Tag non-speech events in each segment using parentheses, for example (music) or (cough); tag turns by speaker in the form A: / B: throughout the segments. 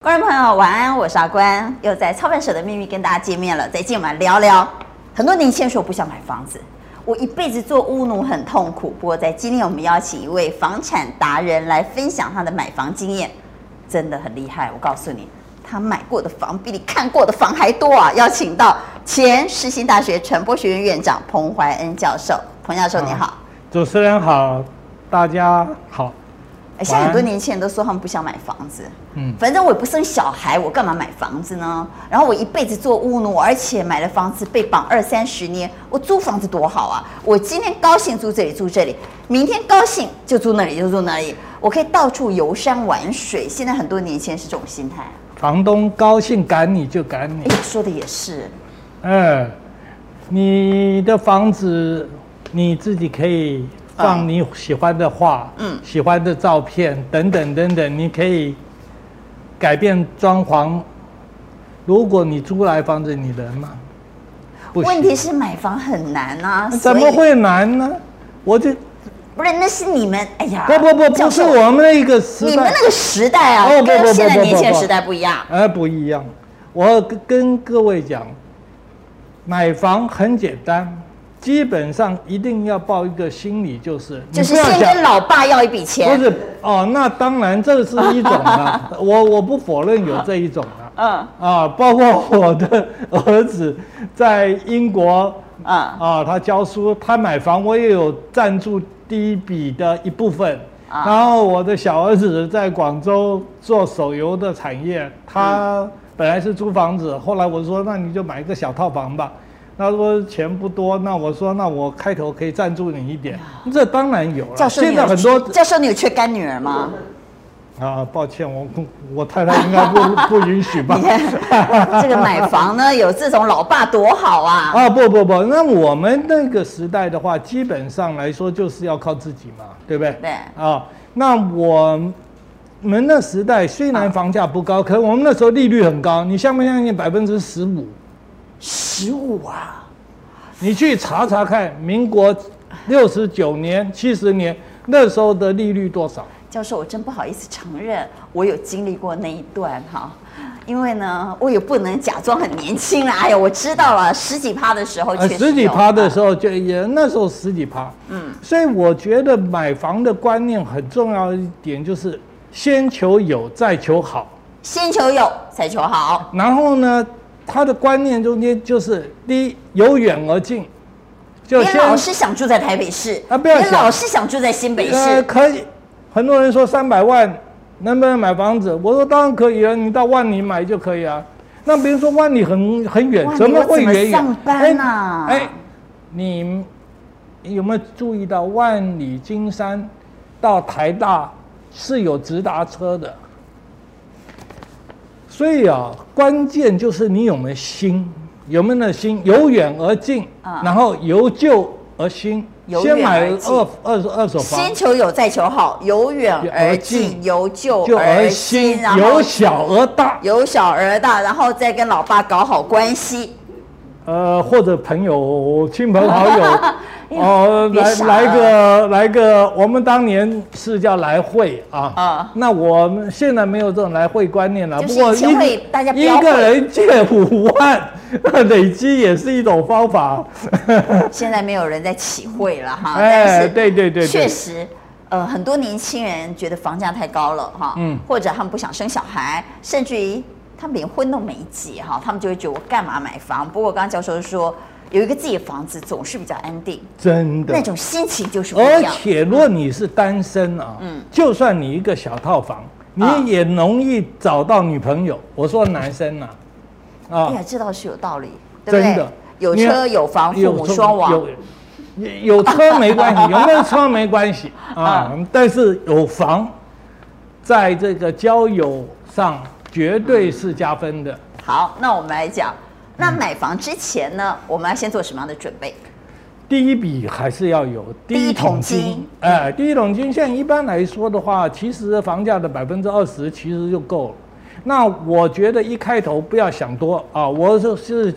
A: 观众朋友，晚安，我是阿关，又在操盘手的秘密跟大家见面了。再见，我们来聊聊。很多年轻人说我不想买房子，我一辈子做屋奴很痛苦。不过在今天，我们邀请一位房产达人来分享他的买房经验，真的很厉害。我告诉你，他买过的房比你看过的房还多啊！邀请到前世新大学传播学院院长彭怀恩教授，彭教授你好。
B: 啊主持人好，大家好。
A: 哎现在很多年轻人都说他们不想买房子，
B: 嗯，
A: 反正我也不生小孩，我干嘛买房子呢？然后我一辈子做务奴，而且买了房子被绑二三十年，我租房子多好啊！我今天高兴租这里住这里，明天高兴就租那里就住那里，我可以到处游山玩水。现在很多年轻人是这种心态啊，
B: 房东高兴赶你就赶你
A: 哎，，说的也是，
B: 嗯，你的房子你自己可以放你喜欢的画，
A: 嗯
B: 喜欢的照片等等等等，你可以改变装潢。如果你租来房子，你能吗？不行
A: 问题是买房很难啊，
B: 怎
A: 所
B: 么
A: 以？
B: 会难呢？我就
A: 不是，那是你们，哎呀，
B: 不不不，
A: 教
B: 不是
A: 授，
B: 我们那个时代，
A: 你们那个时代啊，
B: 哦不不
A: 跟
B: 不
A: 现在
B: 不不
A: 年轻人
B: 不
A: 时代不一样。
B: 而不一样。我跟跟各位讲，买房很简单，基本上一定要抱一个心理，就是你
A: 就是
B: 不要
A: 先
B: 讲
A: 跟老爸要一笔钱，
B: 不是哦，那当然这是一种啦，我我不否认有这一种啦。
A: 嗯
B: 啊，包括我的儿子在英国
A: 嗯
B: 啊，他教书，他买房，我也有赞助第一笔的一部分。
A: 啊
B: 然后我的小儿子在广州做手游的产业，
A: 嗯
B: 他本来是租房子，后来我说那你就买一个小套房吧。他说钱不多，那我说那我开头可以赞助你一
A: 哎
B: 点，这当然有
A: 教
B: 了。
A: 授，你有
B: 现在很多
A: 教授，你有缺干女儿
B: (laughs)
A: 吗？
B: 啊，抱歉，我我太太应该不 (laughs) 不允许吧
A: 你？看这个买房呢，有这种老爸多好啊！
B: 啊，不不不，那我们那个时代的话，基本上来说就是要靠自己嘛，对不对？
A: 对
B: 啊，那我们那时代虽
A: 啊
B: 然房价不高，可我们那时候利率很高，你相不相信百分之十五？
A: 十五啊，
B: 你去查查看，民国六十九年、七十年那时候的利率多少？
A: 教授，我真不好意思承认，我有经历过那一段哈。因为呢，我也不能假装很年轻了。哎呀，我知道了，十几趴的时候
B: 呃，
A: 确实
B: 十几
A: 有啊
B: 趴的时候就也那时候十几趴，嗯，所以我觉得买房的观念很重要一点就是先求有，再求好。
A: 先求有，再求好。
B: 然后呢，他的观念中间就是第一由远而近，就
A: 你老是想住在台北市，
B: 啊不要
A: 你
B: 想
A: 老是想住在新北
B: 呃
A: 市，
B: 可以，很多人说三百万能不能买房子？我说当然可以了，你到万里买就可以啊。那别人说万里很很远
A: 万，里
B: 怎么
A: 我
B: 会
A: 怎么
B: 远远？
A: 上班啊
B: 哎哎，你有没有注意到万里金山到台大是有直达车的？所以啊，关键就是你有没有心，有没有那心，由远而近，
A: 啊
B: 然后由旧而新，
A: 由
B: 先
A: 远
B: 买
A: 而近
B: 二二手二手房，
A: 先求有，再求好，由远而近，由旧
B: 就
A: 而
B: 而
A: 新，
B: 新
A: 然，后
B: 由小而大，
A: 由小而大，然后再跟老爸搞好关系。
B: 呃，或者朋友、亲朋好
A: (laughs)
B: 友，哦，
A: 哎别
B: 来
A: 傻
B: 来个来个，我们当年是叫来会啊，
A: 啊
B: 那我们现在没有这种来会观念了。
A: 就是
B: 不过
A: 以前
B: 一个
A: 会大家标
B: 一
A: 会
B: 个人借五万， (laughs) 累积也是一种方法。 (laughs)
A: 现在没有人在起会了哈，
B: 嗯哎
A: 但是
B: 对对对对
A: 确实。呃，很多年轻人觉得房价太高了哈，
B: 嗯
A: 或者他们不想生小孩，甚至于他们连婚都没结哈，他们就会觉得我干嘛买房？不过刚刚教授说，有一个自己的房子总是比较安定，
B: 真的哦
A: 那。种心情就是不一
B: 而
A: 样。
B: 且，若你是单身啊，
A: 嗯
B: 就算你一个小套房，
A: 啊
B: 你也容易找到女朋友。我说男生啊，啊
A: 哎呀，，这倒是有道理，对不对？
B: 真的
A: 有
B: 你
A: 车有房，父母
B: 车
A: 双亡，
B: 有有车
A: (laughs)
B: 没关系，有没有车没关系啊，但是有房，在这个交友上绝对是加分的。
A: 好，那我们来讲，那买房之前呢，我们要先做什么样的准备？
B: 第一笔还是要有
A: 第一桶金，
B: 哎、第一桶金现在一般来说的话，其实房价的百分之二十其实就够了。那我觉得一开头不要想多啊，我是是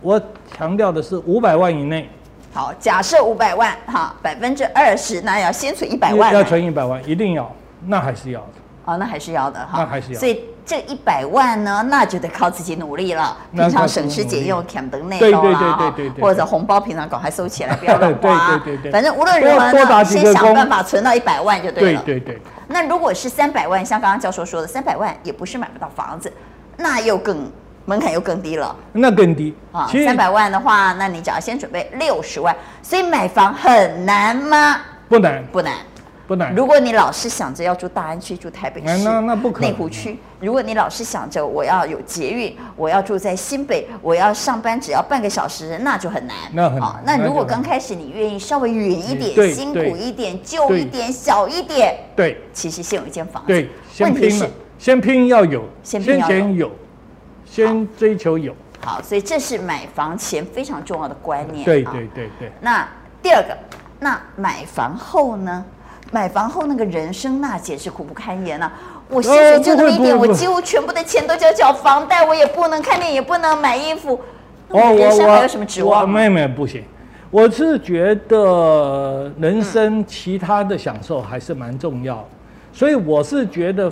B: 我强调的是五百万以内
A: 好，假设五百万哈，百分之二十，那要先存一百万
B: 要
A: 来，
B: 存一百万，一定要，那还是要的。
A: 哦，那还是要的哈，
B: 那还是要
A: 所以这一百万呢，那就得靠自己努力了。
B: 那
A: 平常
B: 靠自己
A: 省吃
B: 努
A: 俭
B: 力
A: 用，肯等内
B: 对
A: 收
B: 对
A: 啦
B: 对
A: 啊
B: 对对对
A: 或者红包平常赶快收起来，不要乱
B: (laughs) 对
A: 花啊。
B: 对对对
A: 反正无论如
B: 多
A: 何
B: 多打
A: 呢，
B: 几
A: 先
B: 个
A: 想
B: 工
A: 办法存到一百万就对
B: 对
A: 了。
B: 对对，
A: 那如果是三百万，像刚刚教授说的，三百万也不是买不到房子，那又更门槛又更低了
B: 那更低
A: 啊。三百万的话，那你只要先准备六十万，所以买房很难吗？
B: 不难
A: 不难。
B: 不难，
A: 如果你老是想着要住大安区、住台北
B: 哎
A: 市、
B: 那那不可能
A: 内湖区，如果你老是想着我要有捷运，我要住在新北，我要上班只要半个小时，那就很难。
B: 那很难
A: 啊那如果
B: 那就很难
A: 刚开始你愿意稍微远一点、
B: 对
A: 辛
B: 对
A: 苦一点、旧
B: 对
A: 一点、小一点，
B: 对
A: 其实先有一间房子。
B: 对，先
A: 问题
B: 拼
A: 是
B: 了，先拼要有，
A: 先拼
B: 先
A: 要
B: 前有，先追求有，
A: 好，所以这是买房前非常重要的观念。
B: 对
A: 啊
B: 对对对。
A: 那第二个，那买房后呢？买房后那个人生那简直苦不堪言呐、啊我薪水就那么一点，
B: 哦不会不会
A: 我几乎全部的钱都交缴房贷，我也不能看店，也不能买衣服，那
B: 哦，
A: 我人
B: 我
A: 生
B: 我
A: 还有什么指
B: 我
A: 望吗？
B: 妹妹不行，我是觉得人
A: 嗯
B: 生其他的享受还是蛮重要，所以我是觉得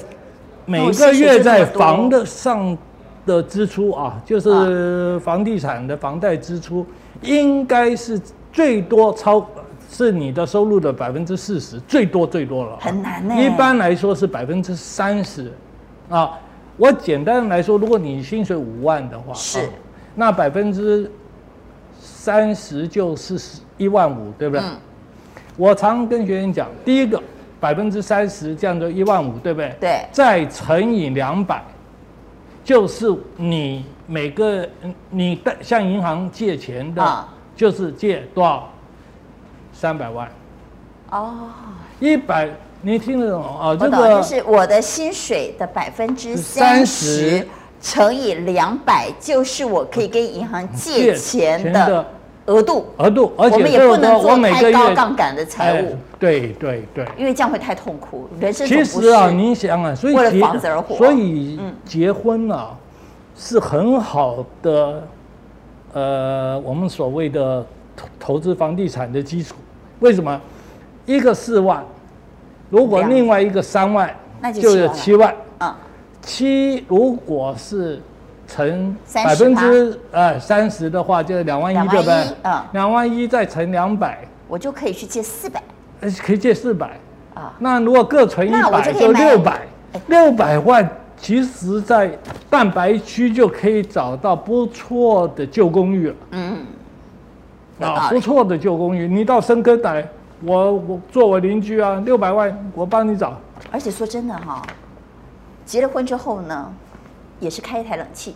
B: 每个月在房的上的支出啊，就是
A: 嗯
B: 房地产的房贷支出，应该是最多超。是你的收入的百分之四十，最多最多了啊，
A: 很难呢
B: 一般来说是百分之三十，啊，我简单来说，如果你薪水五万的话，
A: 是
B: 啊那百分之三十就是十一万五，对不对？
A: 嗯
B: 我常跟学员讲，第一个百分之三十，这样就一万五，对不对？
A: 对
B: 再乘以两百，就是你每个嗯你贷向银行借钱的，
A: 啊
B: 就是借多少？三百万，
A: 哦，
B: 一百，你听得懂啊？
A: 我
B: 这
A: 懂，
B: 个
A: 就是我的薪水的百分之三十
B: 30%
A: 乘以两百，就是我可以跟银行借钱的额度。
B: 额度，而
A: 我
B: 且
A: 们也
B: 这
A: 不
B: 个
A: 能
B: 我
A: 做
B: 每个
A: 太
B: 月
A: 高杠杆的财务
B: 哎，对对对，
A: 因为这样会太痛苦。人生
B: 其
A: 总不
B: 实啊，
A: 是
B: 你想啊，所以
A: 为了
B: 结
A: 房子而活
B: 所以
A: 嗯
B: 结婚啊，是很好的，呃，我们所谓的投投资房地产的基础。为什么？一个四万，如果
A: 两
B: 另外一个三万，
A: 那就
B: 有
A: 七
B: 七万。
A: 嗯，
B: 七如果是乘
A: 30%
B: 百分之呃三十的话，就是两万
A: 两
B: 一，
A: 万
B: 对不对
A: 一？嗯
B: 两万一再乘两百，
A: 我就可以去借四百
B: 呃可以借四百。
A: 啊。
B: 那如果各存一
A: 那我就
B: 百，
A: 可以
B: 就
A: 买哎
B: 六百，六百万，其实在蛋白区就可以找到不错的旧公寓了
A: 嗯，有
B: 啊，
A: 道
B: 不
A: 理。
B: 错的旧公寓。你到深坑来，我我做我邻居啊，六百万我帮你找。
A: 而且说真的哈、结了婚之后呢，也是开一台冷气，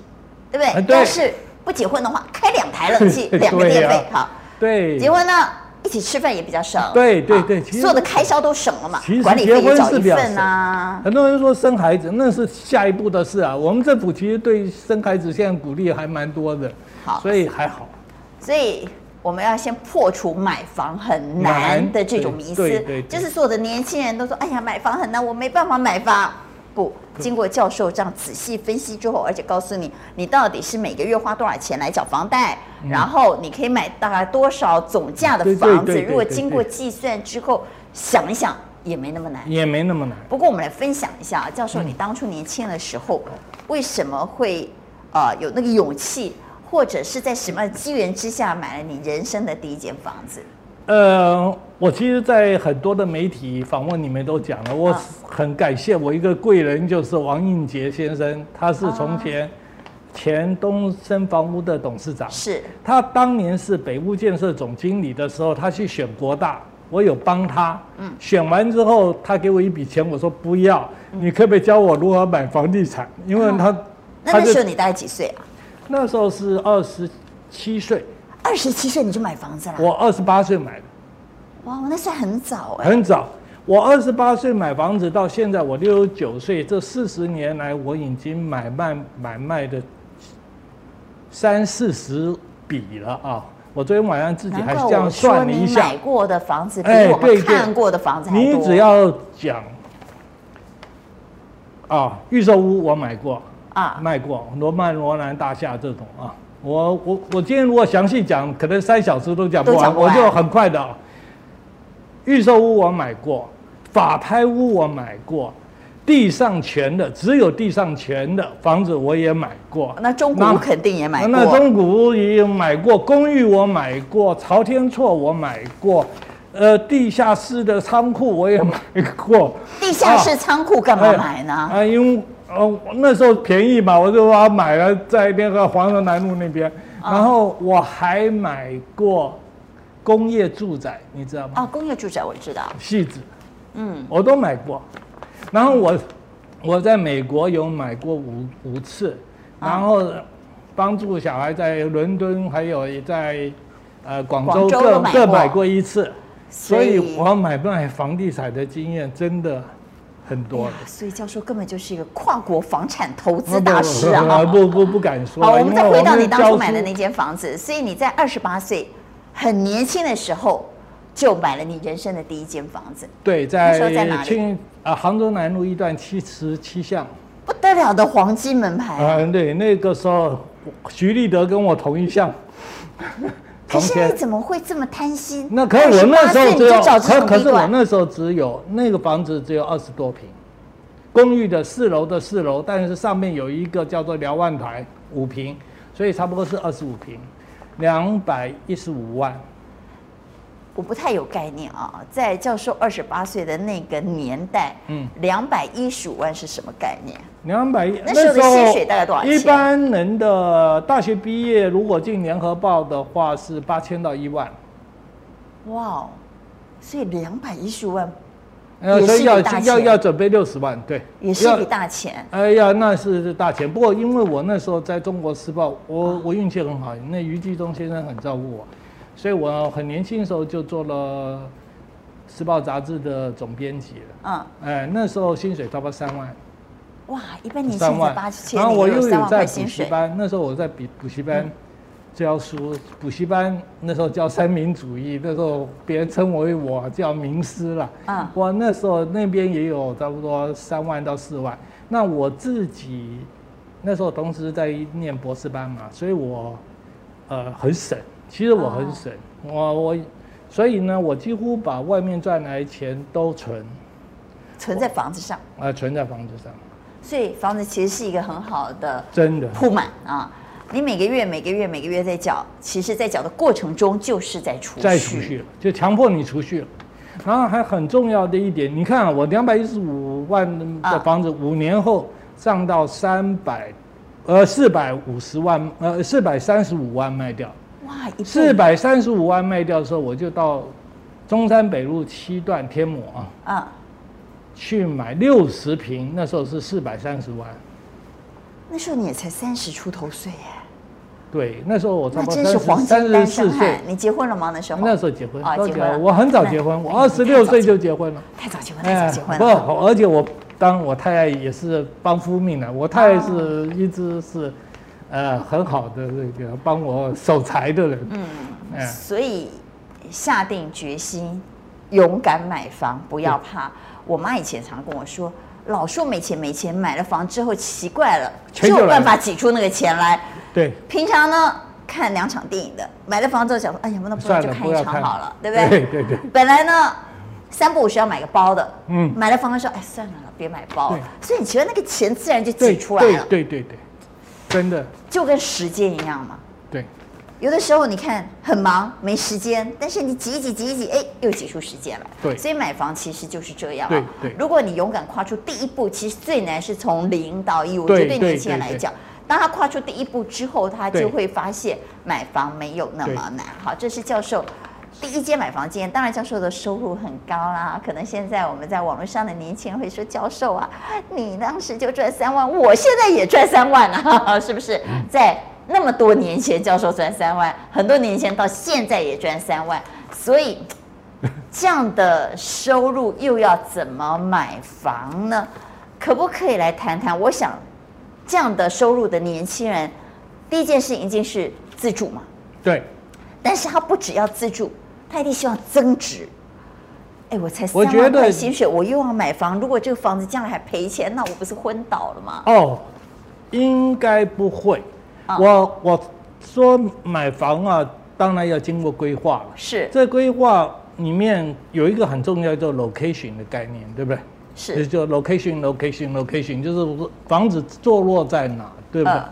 A: 对不对？
B: 哎对
A: 要是不结婚的话，开两台冷气，
B: (laughs) 对
A: 两个电费
B: 呀
A: 好。
B: 对，
A: 结婚呢，一起吃饭也比较省，
B: 对对
A: 啊
B: 对其实
A: 所有的开销都省了嘛
B: 其，实
A: 管理
B: 结
A: 费也
B: 婚
A: 找
B: 是
A: 一
B: 比较
A: 份啊。
B: 很多人说生孩子那是下一步的事啊。我们政府其实对生孩子现在鼓励还蛮多的
A: 好，
B: 所以还好。
A: 所以我们要先破除买房很难
B: 难
A: 的这种迷
B: 对
A: 思
B: 对对，对
A: 就是所有的年轻人都说：“哎呀，买房很难，我没办法买房。”不，经过教授这样仔细分析之后，而且告诉你，你到底是每个月花多少钱来缴房贷，然后你可以买大概多少总价的
B: 嗯对对
A: 房子。
B: 对对
A: 如果
B: 对对
A: 经过计算之后，想一想也没那么难。
B: 也没那么难。
A: 不过我们来分享一下，啊教授，你
B: 嗯
A: 当初年轻的时候，为什么会呃有那个勇气，或者是在什么机缘之下买了你人生的第一间房子？
B: 呃，我其实，在很多的媒体访问里面都讲了，我
A: 啊
B: 很感谢我一个贵人，就是王应杰先生，他是从
A: 啊
B: 前前东森房屋的董事长，
A: 是
B: 他当年是北屋建设总经理的时候，他去选国大，我有帮他，嗯，选完之后，他给我一笔钱，我说不要，
A: 嗯
B: 你可不可以教我如何买房地产？因为他，
A: 啊那
B: 他
A: 那
B: 就
A: 时候你大概几岁啊？
B: 那时候是二十七岁，
A: 二十七岁你就买房子了？
B: 我二十八岁买的。
A: 哇，那算很早哎、
B: 很早。我二十八岁买房子，到现在我六十九岁，这四十年来，我已经买卖买卖的三四十笔了啊！我昨天晚上自己
A: 难
B: 还
A: 怪
B: 这样
A: 我说
B: 算了
A: 你
B: 一下
A: 买，过的房子比
B: 哎
A: 我
B: 对
A: 们
B: 对
A: 看过的房子还多。
B: 你只要讲啊，预售屋我买过，
A: 啊，
B: 卖过罗曼罗兰大厦这种啊，我我我今天如果详细讲，可能三小时都讲不
A: 都
B: 完，
A: 讲不
B: 我
A: 完
B: 就很快的啊。预售屋我买过，法拍屋我买过，地上权的，只有地上权的房子我也买过。
A: 那中古屋肯定也买过。
B: 那中古屋也买过，公寓我买过，朝天厝我买过，呃，地下室的仓库我也买过。
A: 地下室仓库干嘛买呢？
B: 啊，啊因为呃那时候便宜嘛，我就把它买了，在那个黄河南路那
A: 哦
B: 边。然后我还买过工业住宅，你知道吗？
A: 哦，工业住宅我知道。
B: 戏子，嗯，我都买过。然后我我在美国有买过五五次，
A: 哦
B: 然后帮助小孩在伦敦还有也在呃广州
A: 广州
B: 各
A: 都买
B: 各买
A: 过
B: 过一次，
A: 所
B: 所
A: 以
B: 以我买卖房地产的经验真的很多
A: 哇。所以教授根本就是一个跨国房产投
B: 不
A: 资大师啊！哈
B: 不不不敢说
A: 好，
B: 了，
A: 我
B: 因
A: 们再回
B: 为
A: 到
B: 是
A: 你当初
B: 教
A: 买的
B: 书
A: 那间房子，所以你在二十八岁很年轻的时候就买了你人生的第一间房子，
B: 对，
A: 那时候在哪
B: 在
A: 里
B: 青啊杭州南路一段七十七巷。
A: 不得了的黄金门牌啊！
B: 嗯，对，那个时候徐立德跟我同一项。
A: 可
B: 同
A: 是
B: 天
A: 你怎么会这么贪心？
B: 那可是我那
A: 28
B: 时
A: 岁
B: 候
A: 你
B: 只有
A: 就，找这
B: 可
A: 种
B: 可
A: 地
B: 是我
A: 段，
B: 那时候只有那个房子只有二十多平，公寓的四楼的四楼，但是上面有一个叫做瞭望台五平，所以差不多是二十五平，两百一十五万。
A: 我不太有概念啊。在教授二十八岁的那个年代，嗯
B: 嗯，
A: 两百一十五万是什么概念？
B: 两百
A: 那时候的薪水大概多少钱
B: 一般人的大学毕业，如果进联合报的话是八千到一万，
A: 哇哦，所以两百一十五万也
B: 呃所
A: 是
B: 以
A: 一
B: 要
A: 笔大
B: 要
A: 钱
B: 要准备六十万，对，
A: 也是一
B: 要
A: 笔大钱。
B: 哎呀，那是大钱。不过因为我那时候在中国时报，我我运气很好，那余继忠先生很照顾我，所以我很年轻的时候就做了时报杂志的总编辑了。
A: 嗯，
B: 哎，那时候薪水差不多三万，
A: 哇，一般年
B: 三
A: 薪才
B: 万
A: 八千，
B: 然后
A: 你
B: 我
A: 有
B: 又
A: 三
B: 有
A: 万
B: 在
A: 块
B: 补
A: 薪
B: 习
A: 水，
B: 班，那时候我在补补习班教书，补习班那时候教三民主义，那时候别人称为我叫名师了。
A: 嗯
B: 我那时候那边也有差不多三万到四万。那我自己那时候同时在念博士班嘛，所以我呃很省。其实我
A: 哦
B: 很省，我我所以呢，我几乎把外面赚来的钱都存，
A: 存在房子上，
B: 呃，存在房子上，
A: 所以房子其实是一个很好的
B: 真的。
A: 铺满啊。你每个月、每个月、每个月在缴，其实，在缴的过程中就是在储蓄。
B: 再储蓄了，就强迫你储蓄了。然后还很重要的一点，你看啊、我两百一十五万
A: 啊
B: 的房子，五年后上到三百，呃，四百五十万，呃，四百三十五万卖掉。
A: 哇，一
B: 四
A: 倍
B: 百三十五万卖掉的时候，我就到中山北路七段天母啊
A: 啊！
B: 去买六十平，那时候是四百三十万。
A: 那时候你也才三十出头岁耶，
B: 对，那时候我差
A: 那
B: 不多
A: 真是黄
B: 三
A: 金
B: 十
A: 单
B: 三十
A: 身
B: 四岁
A: 汉。，你结婚了吗？那时候
B: 那时候结婚，
A: 啊
B: 都
A: 结婚了
B: 我很早
A: 那
B: 结婚，我
A: 那
B: 二
A: 你
B: 十
A: 太
B: 六
A: 早
B: 岁
A: 结
B: 就结婚了。
A: 太早结婚，太
B: 哎，
A: 早结婚
B: 不，
A: 了。啊
B: 而且我当我太太也是帮夫命的，我太太是
A: 哦
B: 一直是，呃，很好的那个帮我守财的人。嗯，哎，
A: 所以下定决心，勇敢买房，不要怕。我妈以前常跟我说，老说没钱没钱，买了房之后奇怪了，
B: 钱
A: 就
B: 就
A: 有
B: 来
A: 办
B: 了
A: 法挤出那个钱来。
B: 对，
A: 平常呢看两场电影的，买了房之后想说，哎呀，那不然
B: 算
A: 就
B: 了，
A: 看
B: 不
A: 一
B: 要
A: 场
B: 看
A: 好了，对不对？
B: 对对对。
A: 本来呢。三不五时要买个包的，嗯
B: 嗯，
A: 买了房的时候，哎，算了了，别买包了
B: 对。
A: 所以你觉得那个钱自然就
B: 对
A: 挤出来了，
B: 对对对对，真的
A: 就跟时间一样嘛。
B: 对，
A: 有的时候你看很忙没时间，但是你挤一挤挤一挤，哎，又挤出时间来。
B: 对
A: 所以买房其实就是这样、啊。
B: 对对
A: 如果你勇敢跨出第一步，其实最难是从零到一。我觉得
B: 对
A: 对
B: 对
A: 年轻人
B: 对
A: 来
B: 对
A: 讲，当他跨出第一步之后，他就
B: 对
A: 会发现买房没有那么难。好，这是教授。第一间买房经验，当然教授的收入很高啦。可能现在我们在网络上的年轻人会说：“教授啊，你当时就赚三万，我现在也赚三万啊， (laughs) 是不是？”在那么多年前，教授赚三万，很多年前到现在也赚三万，所以这样的收入又要怎么买房呢？可不可以来谈谈？我想，这样的收入的年轻人，第一件事一定是自住嘛，
B: 对，
A: 但是他不只要自住，他一定希望增值。哎，我才
B: 我
A: 三
B: 觉
A: 万
B: 得
A: 块薪水，我又要买房，如果这个房子将来还赔钱，那我不是昏倒了吗？
B: 哦，应该不会。
A: 啊
B: 我我说买房啊，当然要经过规划了。
A: 是，
B: 这规划里面有一个很重要叫 location 的概念，对不对？
A: 是
B: 就 location location location，就是房子坐落在哪，对不对？
A: 嗯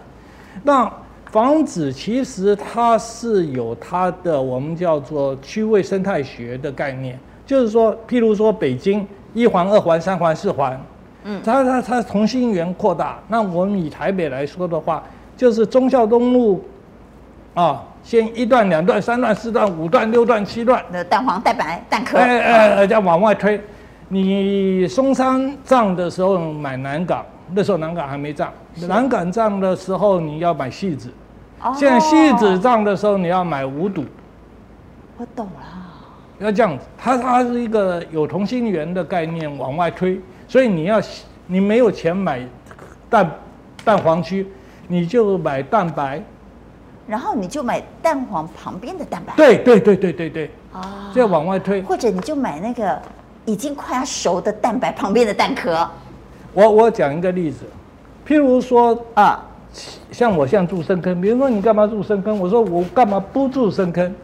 B: 那房子其实它是有它的我们叫做区位生态学的概念，就是说，譬如说北京一环、二环、三环、四环，
A: 嗯
B: 它它它同心圆扩大。那我们以台北来说的话，就是忠孝东路啊，先一段、两段、三段、四段、五段、六段、七段，
A: 那蛋黄、蛋白、蛋壳，
B: 哎哎，哎，要往外推。你松山站的时候买南港，那时候南港还没站，南港站的时候你要买戏子，
A: 哦
B: 现在戏子站的时候你要买五堵，
A: 我懂了，
B: 要这样子。它它是一个有同心圆的概念往外推，所以你要你没有钱买蛋蛋黄区，你就买蛋白。
A: 然后你就买蛋黄旁边的蛋白，
B: 对对对对对对，
A: 啊，
B: 这往外推。
A: 或者你就买那个已经快要熟的蛋白旁边的蛋壳，
B: 我我讲一个例子，譬如说
A: 啊，
B: 像我像住深坑，别人说你干嘛住深坑，我说我干嘛不住深坑？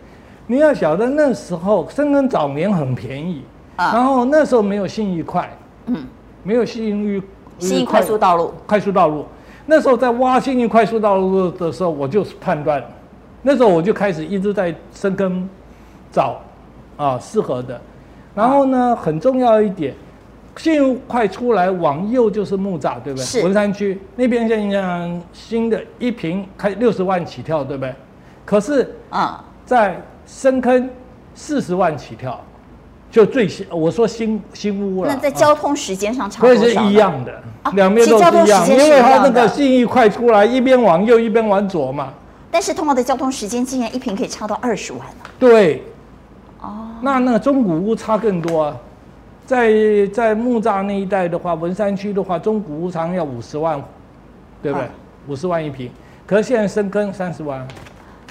B: 你要晓得那时候深坑早年很便宜，
A: 啊
B: 然后那时候没有信义快，
A: 嗯，
B: 没有信义呃
A: 新义快速道路，
B: 快速道路，那时候在挖信义快速道路的时候，我就判断，那时候我就开始一直在深坑找啊适合的，啊然后呢很重要一点。信义快出来往右就是木栅，对不对？
A: 是
B: 文山区那边现在新的一平开六十万起跳，对不对？可是，
A: 嗯，
B: 在深坑四十万起跳，就最新我说新新屋了。
A: 那在
B: 啊
A: 交通时间上差
B: 所
A: 多
B: 以是
A: 少呢
B: 一样的
A: 啊，
B: 两边、都
A: 其实交通
B: 是一样，
A: 时间
B: 因
A: 是
B: 为
A: 一
B: 它
A: 样
B: 那个
A: 的
B: 信义快出来，一边往右，一边往左嘛。
A: 但是通过的交通时间竟然一瓶可以差到二十万呢、
B: 对，
A: 哦，
B: 那那个中古屋差更多啊，在在木栅那一带的话，文山区的话，中古屋常要五十万，对不对
A: 啊？
B: 五十、万一平，可是现在深耕三十万，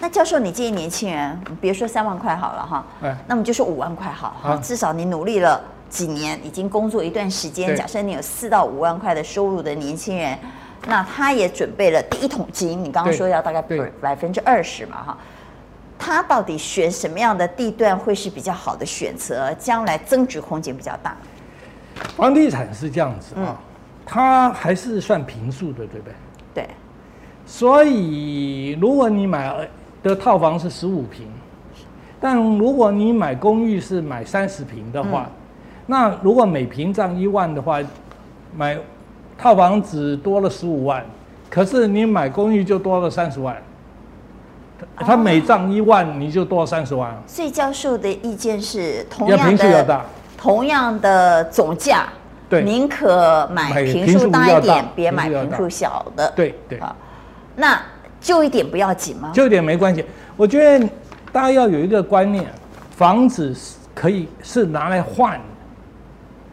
A: 那教授，你建议年轻人，别说三万块好了哈，
B: 哎
A: 那么就说五万块好了哈，
B: 啊
A: 至少你努力了几年，已经工作一段时间，
B: 对
A: 假设你有四到五万块的收入的年轻人，那他也准备了第一桶金，你刚刚
B: 对
A: 说要大概
B: 对
A: 百分之二十嘛哈，他到底选什么样的地段会是比较好的选择，将来增值空间比较大？
B: 房地产是这样子啊、
A: 嗯
B: 它还是算平数的，对不对？
A: 对，
B: 所以，如果你买的套房是十五平，但如果你买公寓是买三十平的话，那如果每平涨一万的话，买套房只多了十五万，可是你买公寓就多了三十万，它它每涨一万你就多三十万，
A: 所以教授的意见是，同
B: 要
A: 样
B: 平数要
A: 的
B: 大，
A: 同样的总价，
B: 对
A: 宁可买
B: 买
A: 平
B: 平
A: 数
B: 数
A: 大
B: 要
A: 一点
B: 大，
A: 别
B: 平
A: 买
B: 数要
A: 平
B: 大
A: 数小的。
B: 对对。
A: 啊，那就一点不要紧吗？
B: 这一点没关系。我觉得大家要有一个观念，房子是可以是拿来换的。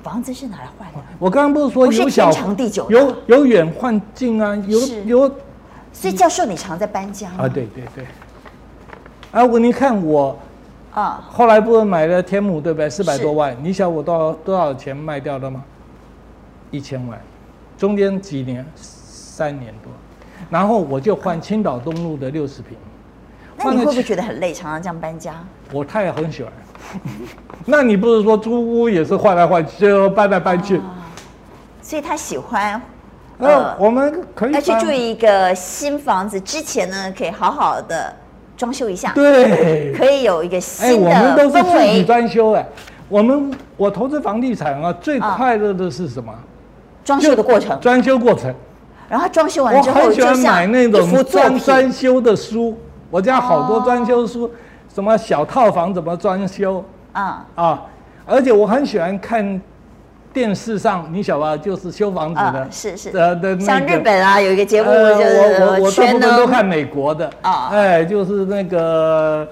A: 房子是拿来换的，
B: 我刚刚不是说
A: 不是
B: 有小
A: 天长地久的
B: 有有远换近啊，有
A: 是
B: 有
A: 所以教授你常在搬家吗
B: 啊，对对对。啊，我你看我
A: 啊，
B: 后来不是买了天母对不对？四百
A: 是
B: 多万，你想我多少多少钱卖掉的吗？一千万，中间几年三年多，然后我就换青岛东路的六十平。
A: 那你会不会
B: 去
A: 觉得很累？常常这样搬家，
B: 我太太很喜欢。 (laughs) 那你不是说租屋也是换来换去，就搬来搬去？
A: 所以他喜欢呃
B: 那我们可
A: 啊
B: 以
A: 要去
B: 搬
A: 住一个新房子之前呢，可以好好的装修一下，
B: 对，
A: 可以有一个
B: 哎，
A: 新
B: 我
A: 的
B: 们都是
A: 氛
B: 自己
A: 围，
B: 装修哎。我们我投资房地产啊，最
A: 啊
B: 快乐的是什么？
A: 装修的过程。
B: 装修过程。
A: 然后装修
B: 我
A: 完之后
B: 很喜
A: 就
B: 欢买
A: 像
B: 那
A: 一
B: 种
A: 幅作
B: 装
A: 品，
B: 装修的书，我家好多
A: 哦
B: 装修书，什么小套房怎么装修
A: 啊
B: 啊，而且我很喜欢看。电视上，你晓得吧？就是修房子的
A: 啊，，是是
B: 呃的，那
A: 像
B: 个
A: 日本啊有一个节目
B: 呃我我
A: 就
B: 我
A: 是
B: 大部
A: 全
B: 分都
A: 能
B: 看美国的
A: 啊
B: 哎，就是那个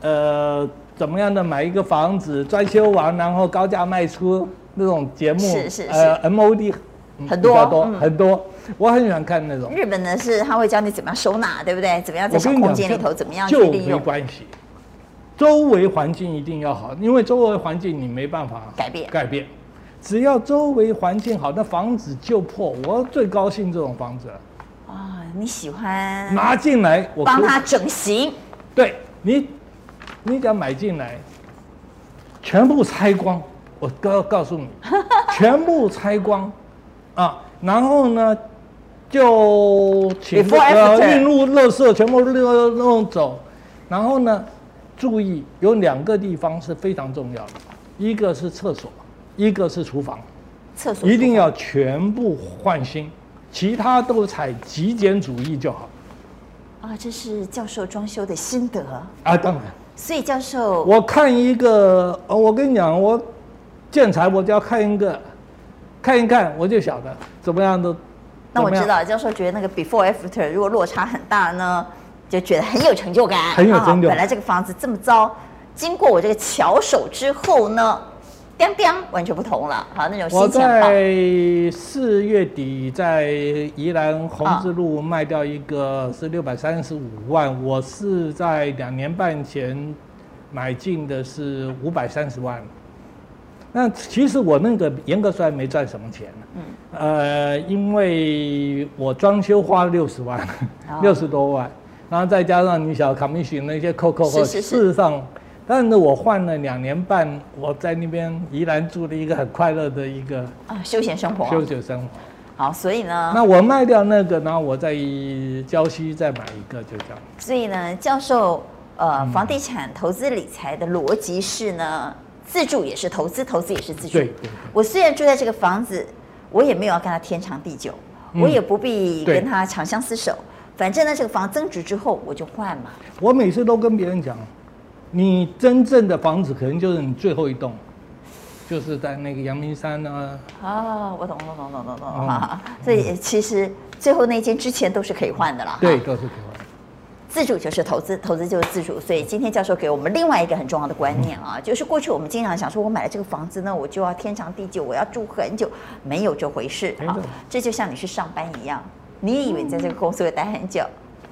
B: 呃怎么样的买一个房子装修完，然后高价卖出那种节目，
A: 是是
B: 呃 MOD 嗯
A: 很
B: 比
A: 多
B: 较多、
A: 嗯
B: 很多，我很喜欢看那种。
A: 日本的是他会教你怎么样收纳，对不对？怎么样在
B: 我
A: 小
B: 跟你
A: 空
B: 讲，
A: 间里
B: 就
A: 头怎么样去
B: 就
A: 利
B: 没
A: 用
B: 关系，周围环境一定要好，因为周围环境你没办法
A: 改变
B: 改变。只要周围环境好，那房子就破。我最高兴这种房子了，
A: 啊？你喜欢
B: 拿进来我
A: 嗯帮
B: 可以
A: 他整形，
B: 对你，你只要买进来，全部拆光，我告告诉你，全部拆光，啊，然后呢，就请
A: Before
B: 呃
A: after
B: 运入垃圾全部弄弄走，然后呢，注意有两个地方是非常重要的，一个是厕所，一个是厨房，
A: 厕所
B: 一定
A: 厨房
B: 要全部换新，其他都采极简主义就好
A: 啊，这是教授装修的心得。
B: 啊，当然。
A: 所以教授，
B: 我看一个，呃我跟你讲，我建材我就要看一个，看一看我就晓得怎么样的。
A: 那我
B: 怎么样
A: 知道教授觉得那个 before after 如果落差很大呢，就觉得很有成就感，
B: 很有成就
A: 啊本
B: 感
A: 来这个房子这么糟，经过我这个巧手之后呢，叮叮完全不同了，好那种
B: 我
A: 心情很棒。
B: 在四月底在宜兰红之路卖掉一个是六百三十五万，我是在两年半前买进的是五百三十万。那其实我那个严格说来没赚什么钱，嗯，呃，因为我装修花了六十万
A: 哦，
B: (laughs) 六十、多万，然后再加上你想 commission 那些扣扣扣，
A: 是是是
B: 事实上，但是我换了两年半，我在那边宜兰住了一个很快乐的一个
A: 啊，休闲生活
B: 休闲生活。
A: 好，所以呢，
B: 那我卖掉那个，然后我在郊区再买一个，就这样。
A: 所以呢，教授，呃，房地产投资理财的逻辑是呢，自住也是投资，投资也是自住。
B: 对对对
A: 我虽然住在这个房子，我也没有要跟它天长地久，
B: 嗯
A: 我也不必
B: 对
A: 跟它长相厮守。反正呢，这个房增值之后我就换嘛。
B: 我每次都跟别人讲，你真正的房子可能就是你最后一栋，就是在那个阳明山啊，
A: 啊，我懂，我懂，懂，懂，懂。
B: 嗯
A: 啊， (laughs) 所以其实最后那间之前都是可以换的啦。
B: 对，
A: 哈
B: 都是台湾。
A: 自主就是投资，投资就是自主。所以今天教授给我们另外一个很重要的观念啊，就是过去我们经常想说，我买了这个房子呢，我就要天长地久，我要住很久，没有这回事
B: 没
A: 啊
B: 错。
A: 这就像你去上班一样，你也以为你在这个公司会待很久。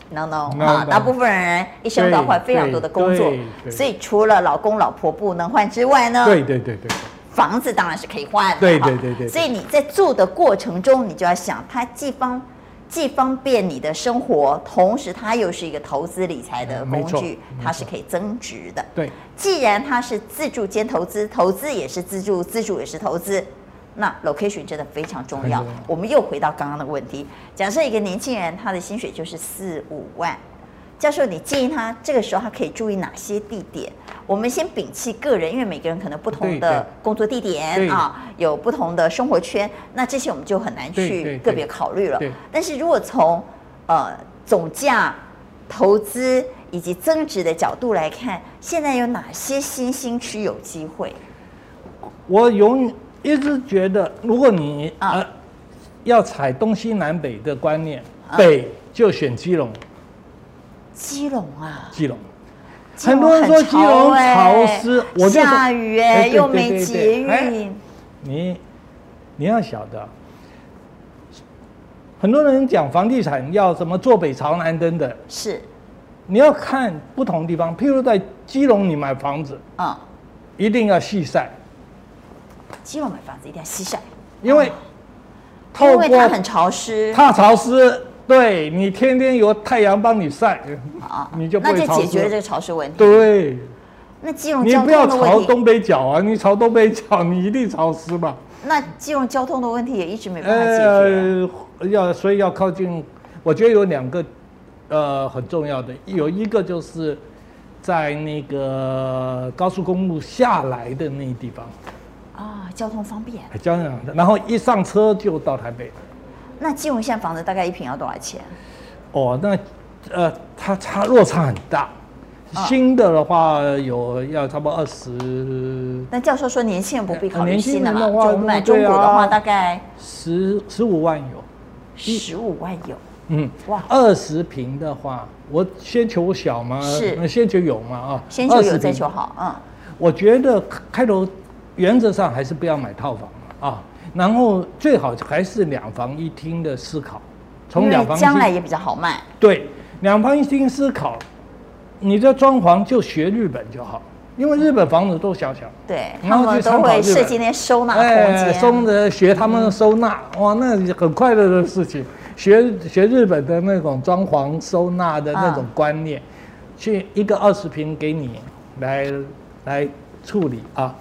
A: No no
B: 没
A: 啊
B: 办，法
A: 大部分人一生都要换非常多的工作
B: 对对，对
A: 所以除了老公老婆不能换之外呢，
B: 对对对对，
A: 房子当然是可以换的，
B: 对
A: 哈
B: 对对对对
A: 所以你在住的过程中，你就要想，它既方既方便你的生活，同时它又是一个投资理财的
B: 嗯没
A: 工
B: 错
A: 具，
B: 没
A: 它
B: 错
A: 是可以增值的。
B: 对，
A: 既然它是自住兼投资，投资也是自住，自住也是投资，那 location 真的非常重要
B: 很重要。
A: 我们又回到刚刚的问题，假设一个年轻人他的薪水就是四五万，教授你建议他这个时候他可以注意哪些地点？我们先摒弃个人，因为每个人可能不同
B: 对对
A: 的工作地点
B: 对
A: 啊，有不同的生活圈，那这些我们就很难
B: 对对
A: 去
B: 对
A: 个别考虑了
B: 对。
A: 但是如果从呃总价、投资以及增值的角度来看，现在有哪些新兴区有机会？
B: 我永远一直觉得，如果你
A: 啊
B: 呃要采东西南北的观念
A: 啊，
B: 北就选基隆，
A: 基隆啊，
B: 基隆。
A: 基隆
B: 很多人说
A: 潮
B: 基隆
A: 欸
B: 潮湿我就说
A: 下雨
B: 哎
A: 哎、
B: 对
A: 又
B: 对
A: 没
B: 对
A: 捷
B: 对哎
A: 运，
B: 你你要晓得，很多人讲房地产要什么坐北朝南等等，
A: 是，
B: 你要看不同地方。譬如在基隆，你买房子
A: 嗯，
B: 一定要细晒，
A: 基隆买房子一定要西晒，
B: 因为
A: 哦
B: 透
A: 因为它
B: 过
A: 很潮湿。
B: 怕潮湿，对你天天有太阳帮你晒，你就不
A: 啊那
B: 会
A: 就
B: 潮
A: 解决了这
B: 湿。
A: 个潮湿问题。
B: 对，
A: 那基隆
B: 你
A: 哦交
B: 不要
A: 通的
B: 朝
A: 问题，
B: 东北角啊，你朝东北角，你一定潮湿嘛。
A: 那基隆交通的问题也一直 (laughs) 没办法解决。啊
B: 呃，要所以要靠近，我觉得有两个呃很重要的，有一个就是在那个高速公路下来的那地方，哎
A: 啊，交通方便。
B: 江南，然后一上车就到台北。
A: 那基隆现在房子大概一平要多少钱？
B: 哦，那呃，它差落差很大。
A: 啊
B: 新的的话有要差不多二十
A: 那教授说年轻人不必考虑
B: 呃年轻
A: 新的
B: 人
A: 嘛，就
B: 的话
A: 我们买中
B: 对啊
A: 国的话大概
B: 十十五万有，
A: 十五万有。
B: 嗯，
A: 哇
B: 二十平的话，我先求小嘛，
A: 是
B: 呃先求有嘛啊，
A: 先求有
B: 20
A: 再
B: 平
A: 求好，嗯，
B: 我觉得开头原则上还是不要买套房嘛啊，然后最好还是两房一厅的思考，从
A: 因
B: 两
A: 为
B: 房
A: 将来
B: 一
A: 也比较好卖。
B: 对两房一厅思考，你的装潢就学日本就好，因为日本房子都小小，
A: 对，他
B: 然后
A: 们
B: 去参
A: 都
B: 考
A: 会
B: 日
A: 设
B: 本
A: 计那些收纳空间。
B: 松的哎学他们的收纳，
A: 嗯
B: 哇，那很快乐的事情。学学日本的那种装潢收纳的那种观
A: 嗯
B: 念，去一个二十平给你来来处理啊。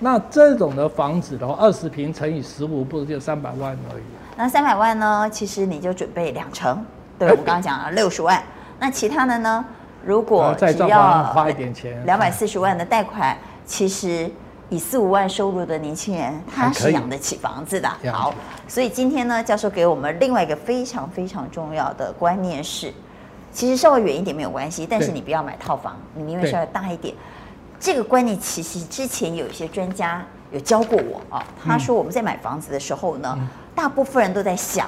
B: 那这种的房子的话，二十平乘以十五，不是就三百万而已？
A: 那三百万呢，其实你就准备两成，对我们刚刚讲了六十万。那其他的呢，如
B: 然
A: 果
B: 后啊再
A: 只
B: 照
A: 要
B: 房花一点钱，嗯
A: 两百四十万的贷款，其实以四五万收入的年轻人，他
B: 还可
A: 是
B: 以
A: 养得起房子的。
B: 养得起
A: 好，所以今天呢，教授给我们另外一个非常非常重要的观念是，其实稍微远一点没有关系，但是
B: 对
A: 你不要买套房，你宁愿
B: 对
A: 稍微大一点。这个观念其实之前有一些专家有教过我啊，他说我们在买房子的时候呢，大部分人都在想。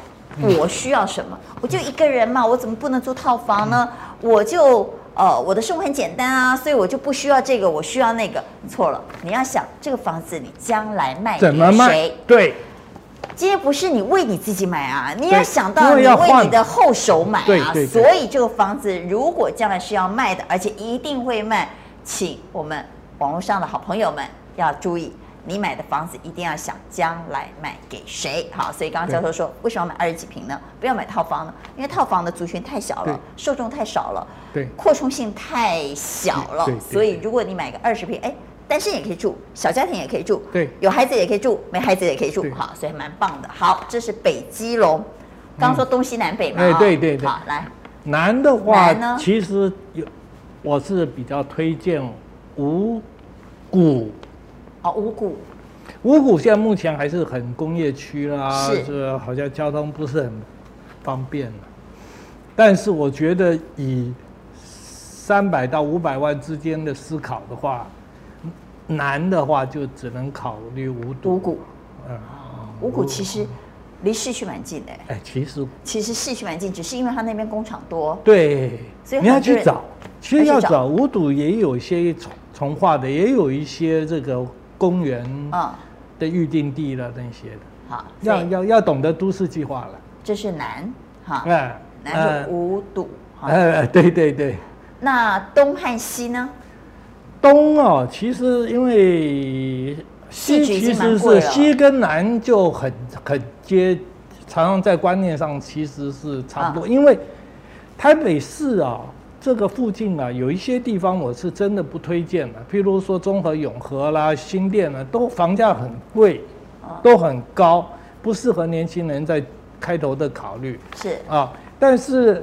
A: 我需要什么？我就一个人嘛，我怎么不能租套房呢？我就呃，我的生活很简单啊，所以我就不需要这个，我需要那个。错了，你要想这个房子你将来卖给
B: 怎么卖
A: 谁？？
B: 对
A: 今天不是你为你自己买啊，你
B: 对
A: 要想到
B: 因为
A: 你
B: 要
A: 为
B: 换
A: 你的后手买
B: 对
A: 啊
B: 对对。
A: 所以这个房子如果将来是要卖的，而且一定会卖，请我们网络上的好朋友们要注意。你买的房子一定要想将来卖给谁好，所以刚刚教授说，为什么要买二十几平呢？不要买套房呢？因为套房的族群太小
B: 对
A: 了，受众太少了，
B: 对
A: 扩充性太小了
B: 对对。对
A: 所以如果你买个二十平，哎，单身也可以住，小家庭也可以住，
B: 对
A: 有孩子也可以住，没孩子也可以住
B: 对，
A: 好，所以还蛮棒的。好，这是北基隆，刚刚说东西南北嘛，
B: 哎
A: 啊
B: 对对对
A: 好，来，
B: 难的话
A: 难呢，
B: 其实有，我是比较推荐五股。
A: 哦，五股，
B: 五股现在目前还是很工业区啦，
A: 是
B: 这个好像交通不是很方便了但是我觉得以三百到五百万之间的思考的话，难的话就只能考虑五
A: 五
B: 股。
A: 股，哦
B: 嗯，
A: 五股其实离市区蛮近的，
B: 哎，其实
A: 其实市区蛮近，只是因为它那边工厂多，
B: 对，
A: 所以
B: 你要
A: 很多
B: 去
A: 人
B: 找，其实
A: 要
B: 要
A: 去找
B: 找五堵也有一些从从化的，也有一些这个公园
A: 嗯，
B: 的预定地了那些的，
A: 好，所
B: 要
A: 以
B: 要要懂得都市计划了，
A: 这是南，哈，
B: 哎，
A: 南
B: 哎
A: 是五堵，哈，
B: 哎，对对对，
A: 那东和西呢？
B: 东哦，其实因为
A: 市
B: 西
A: 区已
B: 其
A: 经
B: 实
A: 蛮贵
B: 是
A: 了
B: 西跟南就很很接，常常在观念上其实是差不多，
A: 嗯
B: 因为台北市啊、这个附近啊，有一些地方我是真的不推荐的，譬如说中和、永和啦、新店啊，都房价很贵，
A: 嗯
B: 都很高，不适合年轻人在开头的考虑。
A: 是
B: 啊，但是，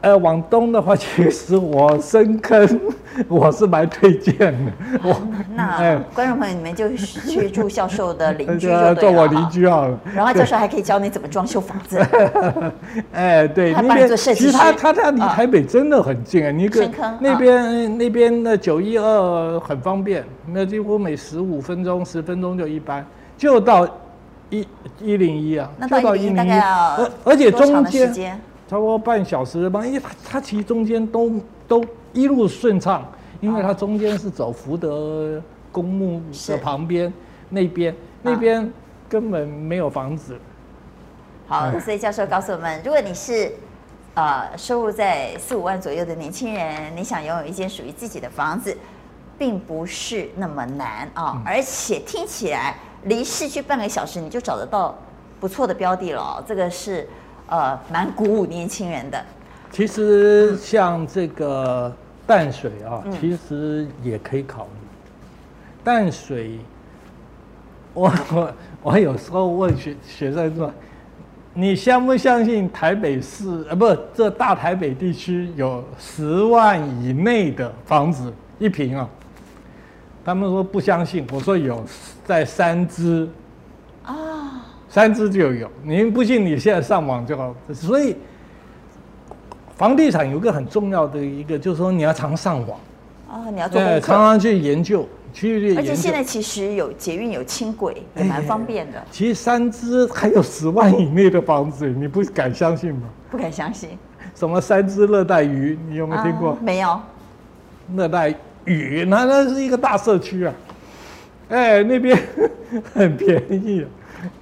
B: 呃，往东的话，其实我深坑我是蛮推荐的，我
A: 嗯那
B: 哎
A: 观众朋友，你们就去住教授的邻
B: (laughs)
A: 居就
B: 呃
A: 对
B: 做我
A: 了
B: 邻
A: 哈。
B: 居好了。
A: 然后教授还可以教你怎么装修房子，
B: 哎，对，
A: 他
B: 那
A: 帮你
B: 边
A: 做设
B: 其
A: 计
B: 实他
A: 师
B: 他他离
A: 啊
B: 台北真的很近啊，你可
A: 深坑
B: 那
A: 啊
B: 边那边的九一二很方便，那几乎每十五分钟十分钟就一班，就到一一零一啊，
A: 那
B: 就
A: 到
B: 到
A: 101
B: 101
A: 大概要
B: 而而且
A: 多长
B: 中
A: 的时
B: 间
A: 间？
B: 差不多半小时吧，因为它它其实中间都都一路顺畅，因为它中间是走福德公墓
A: 是
B: 的旁边那边那边根本没有房子，
A: 好，
B: 哎
A: 所以教授告诉我们，如果你是呃收入在四五万左右的年轻人，你想拥有一间属于自己的房子，并不是那么难啊、
B: 嗯
A: 而且听起来离市区半个小时你就找得到不错的标的了哦、这个是呃蛮鼓舞年轻人的。
B: 其实像这个淡水啊，其实也可以考虑。淡水，我 (laughs) 我我有时候问学学生说，你相不相信台北市呃，不，这大台北地区有十万以内的房子一平啊？他们说不相信，我说有，在三支啊，三支就有。您不信，你现在上网就好。所以房地产有一个很重要的一个，就是说你要常上网，
A: 哦，你要做
B: 呃，
A: 功
B: 常
A: 课，
B: 常去研究，去研究。哎
A: 而且现在其实有捷运、有轻轨，也蛮方便的，
B: 其实三支还有十万以内的房子，你不敢相信吗？
A: 不敢相信。
B: 什么三支热带鱼，你有没有听过
A: 啊？没有。
B: 热带鱼，那那是一个大社区啊，哎，那边 (laughs) 很便宜啊、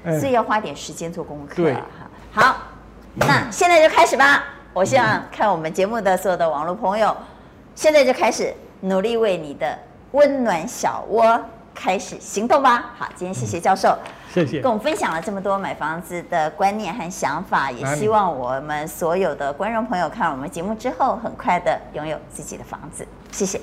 B: 哎
A: 所以要花点时间做功课。
B: 对
A: 哈，好，那现在就开始吧。我希望看我们节目的所有的网络朋友，现在就开始努力为你的温暖小窝开始行动吧。好，今天谢谢教授。
B: 嗯谢谢
A: 跟。我们分享了这么多买房子的观念和想法，也
B: 哪里
A: 希望我们所有的观众朋友看了我们节目之后，很快的拥有自己的房子。谢谢。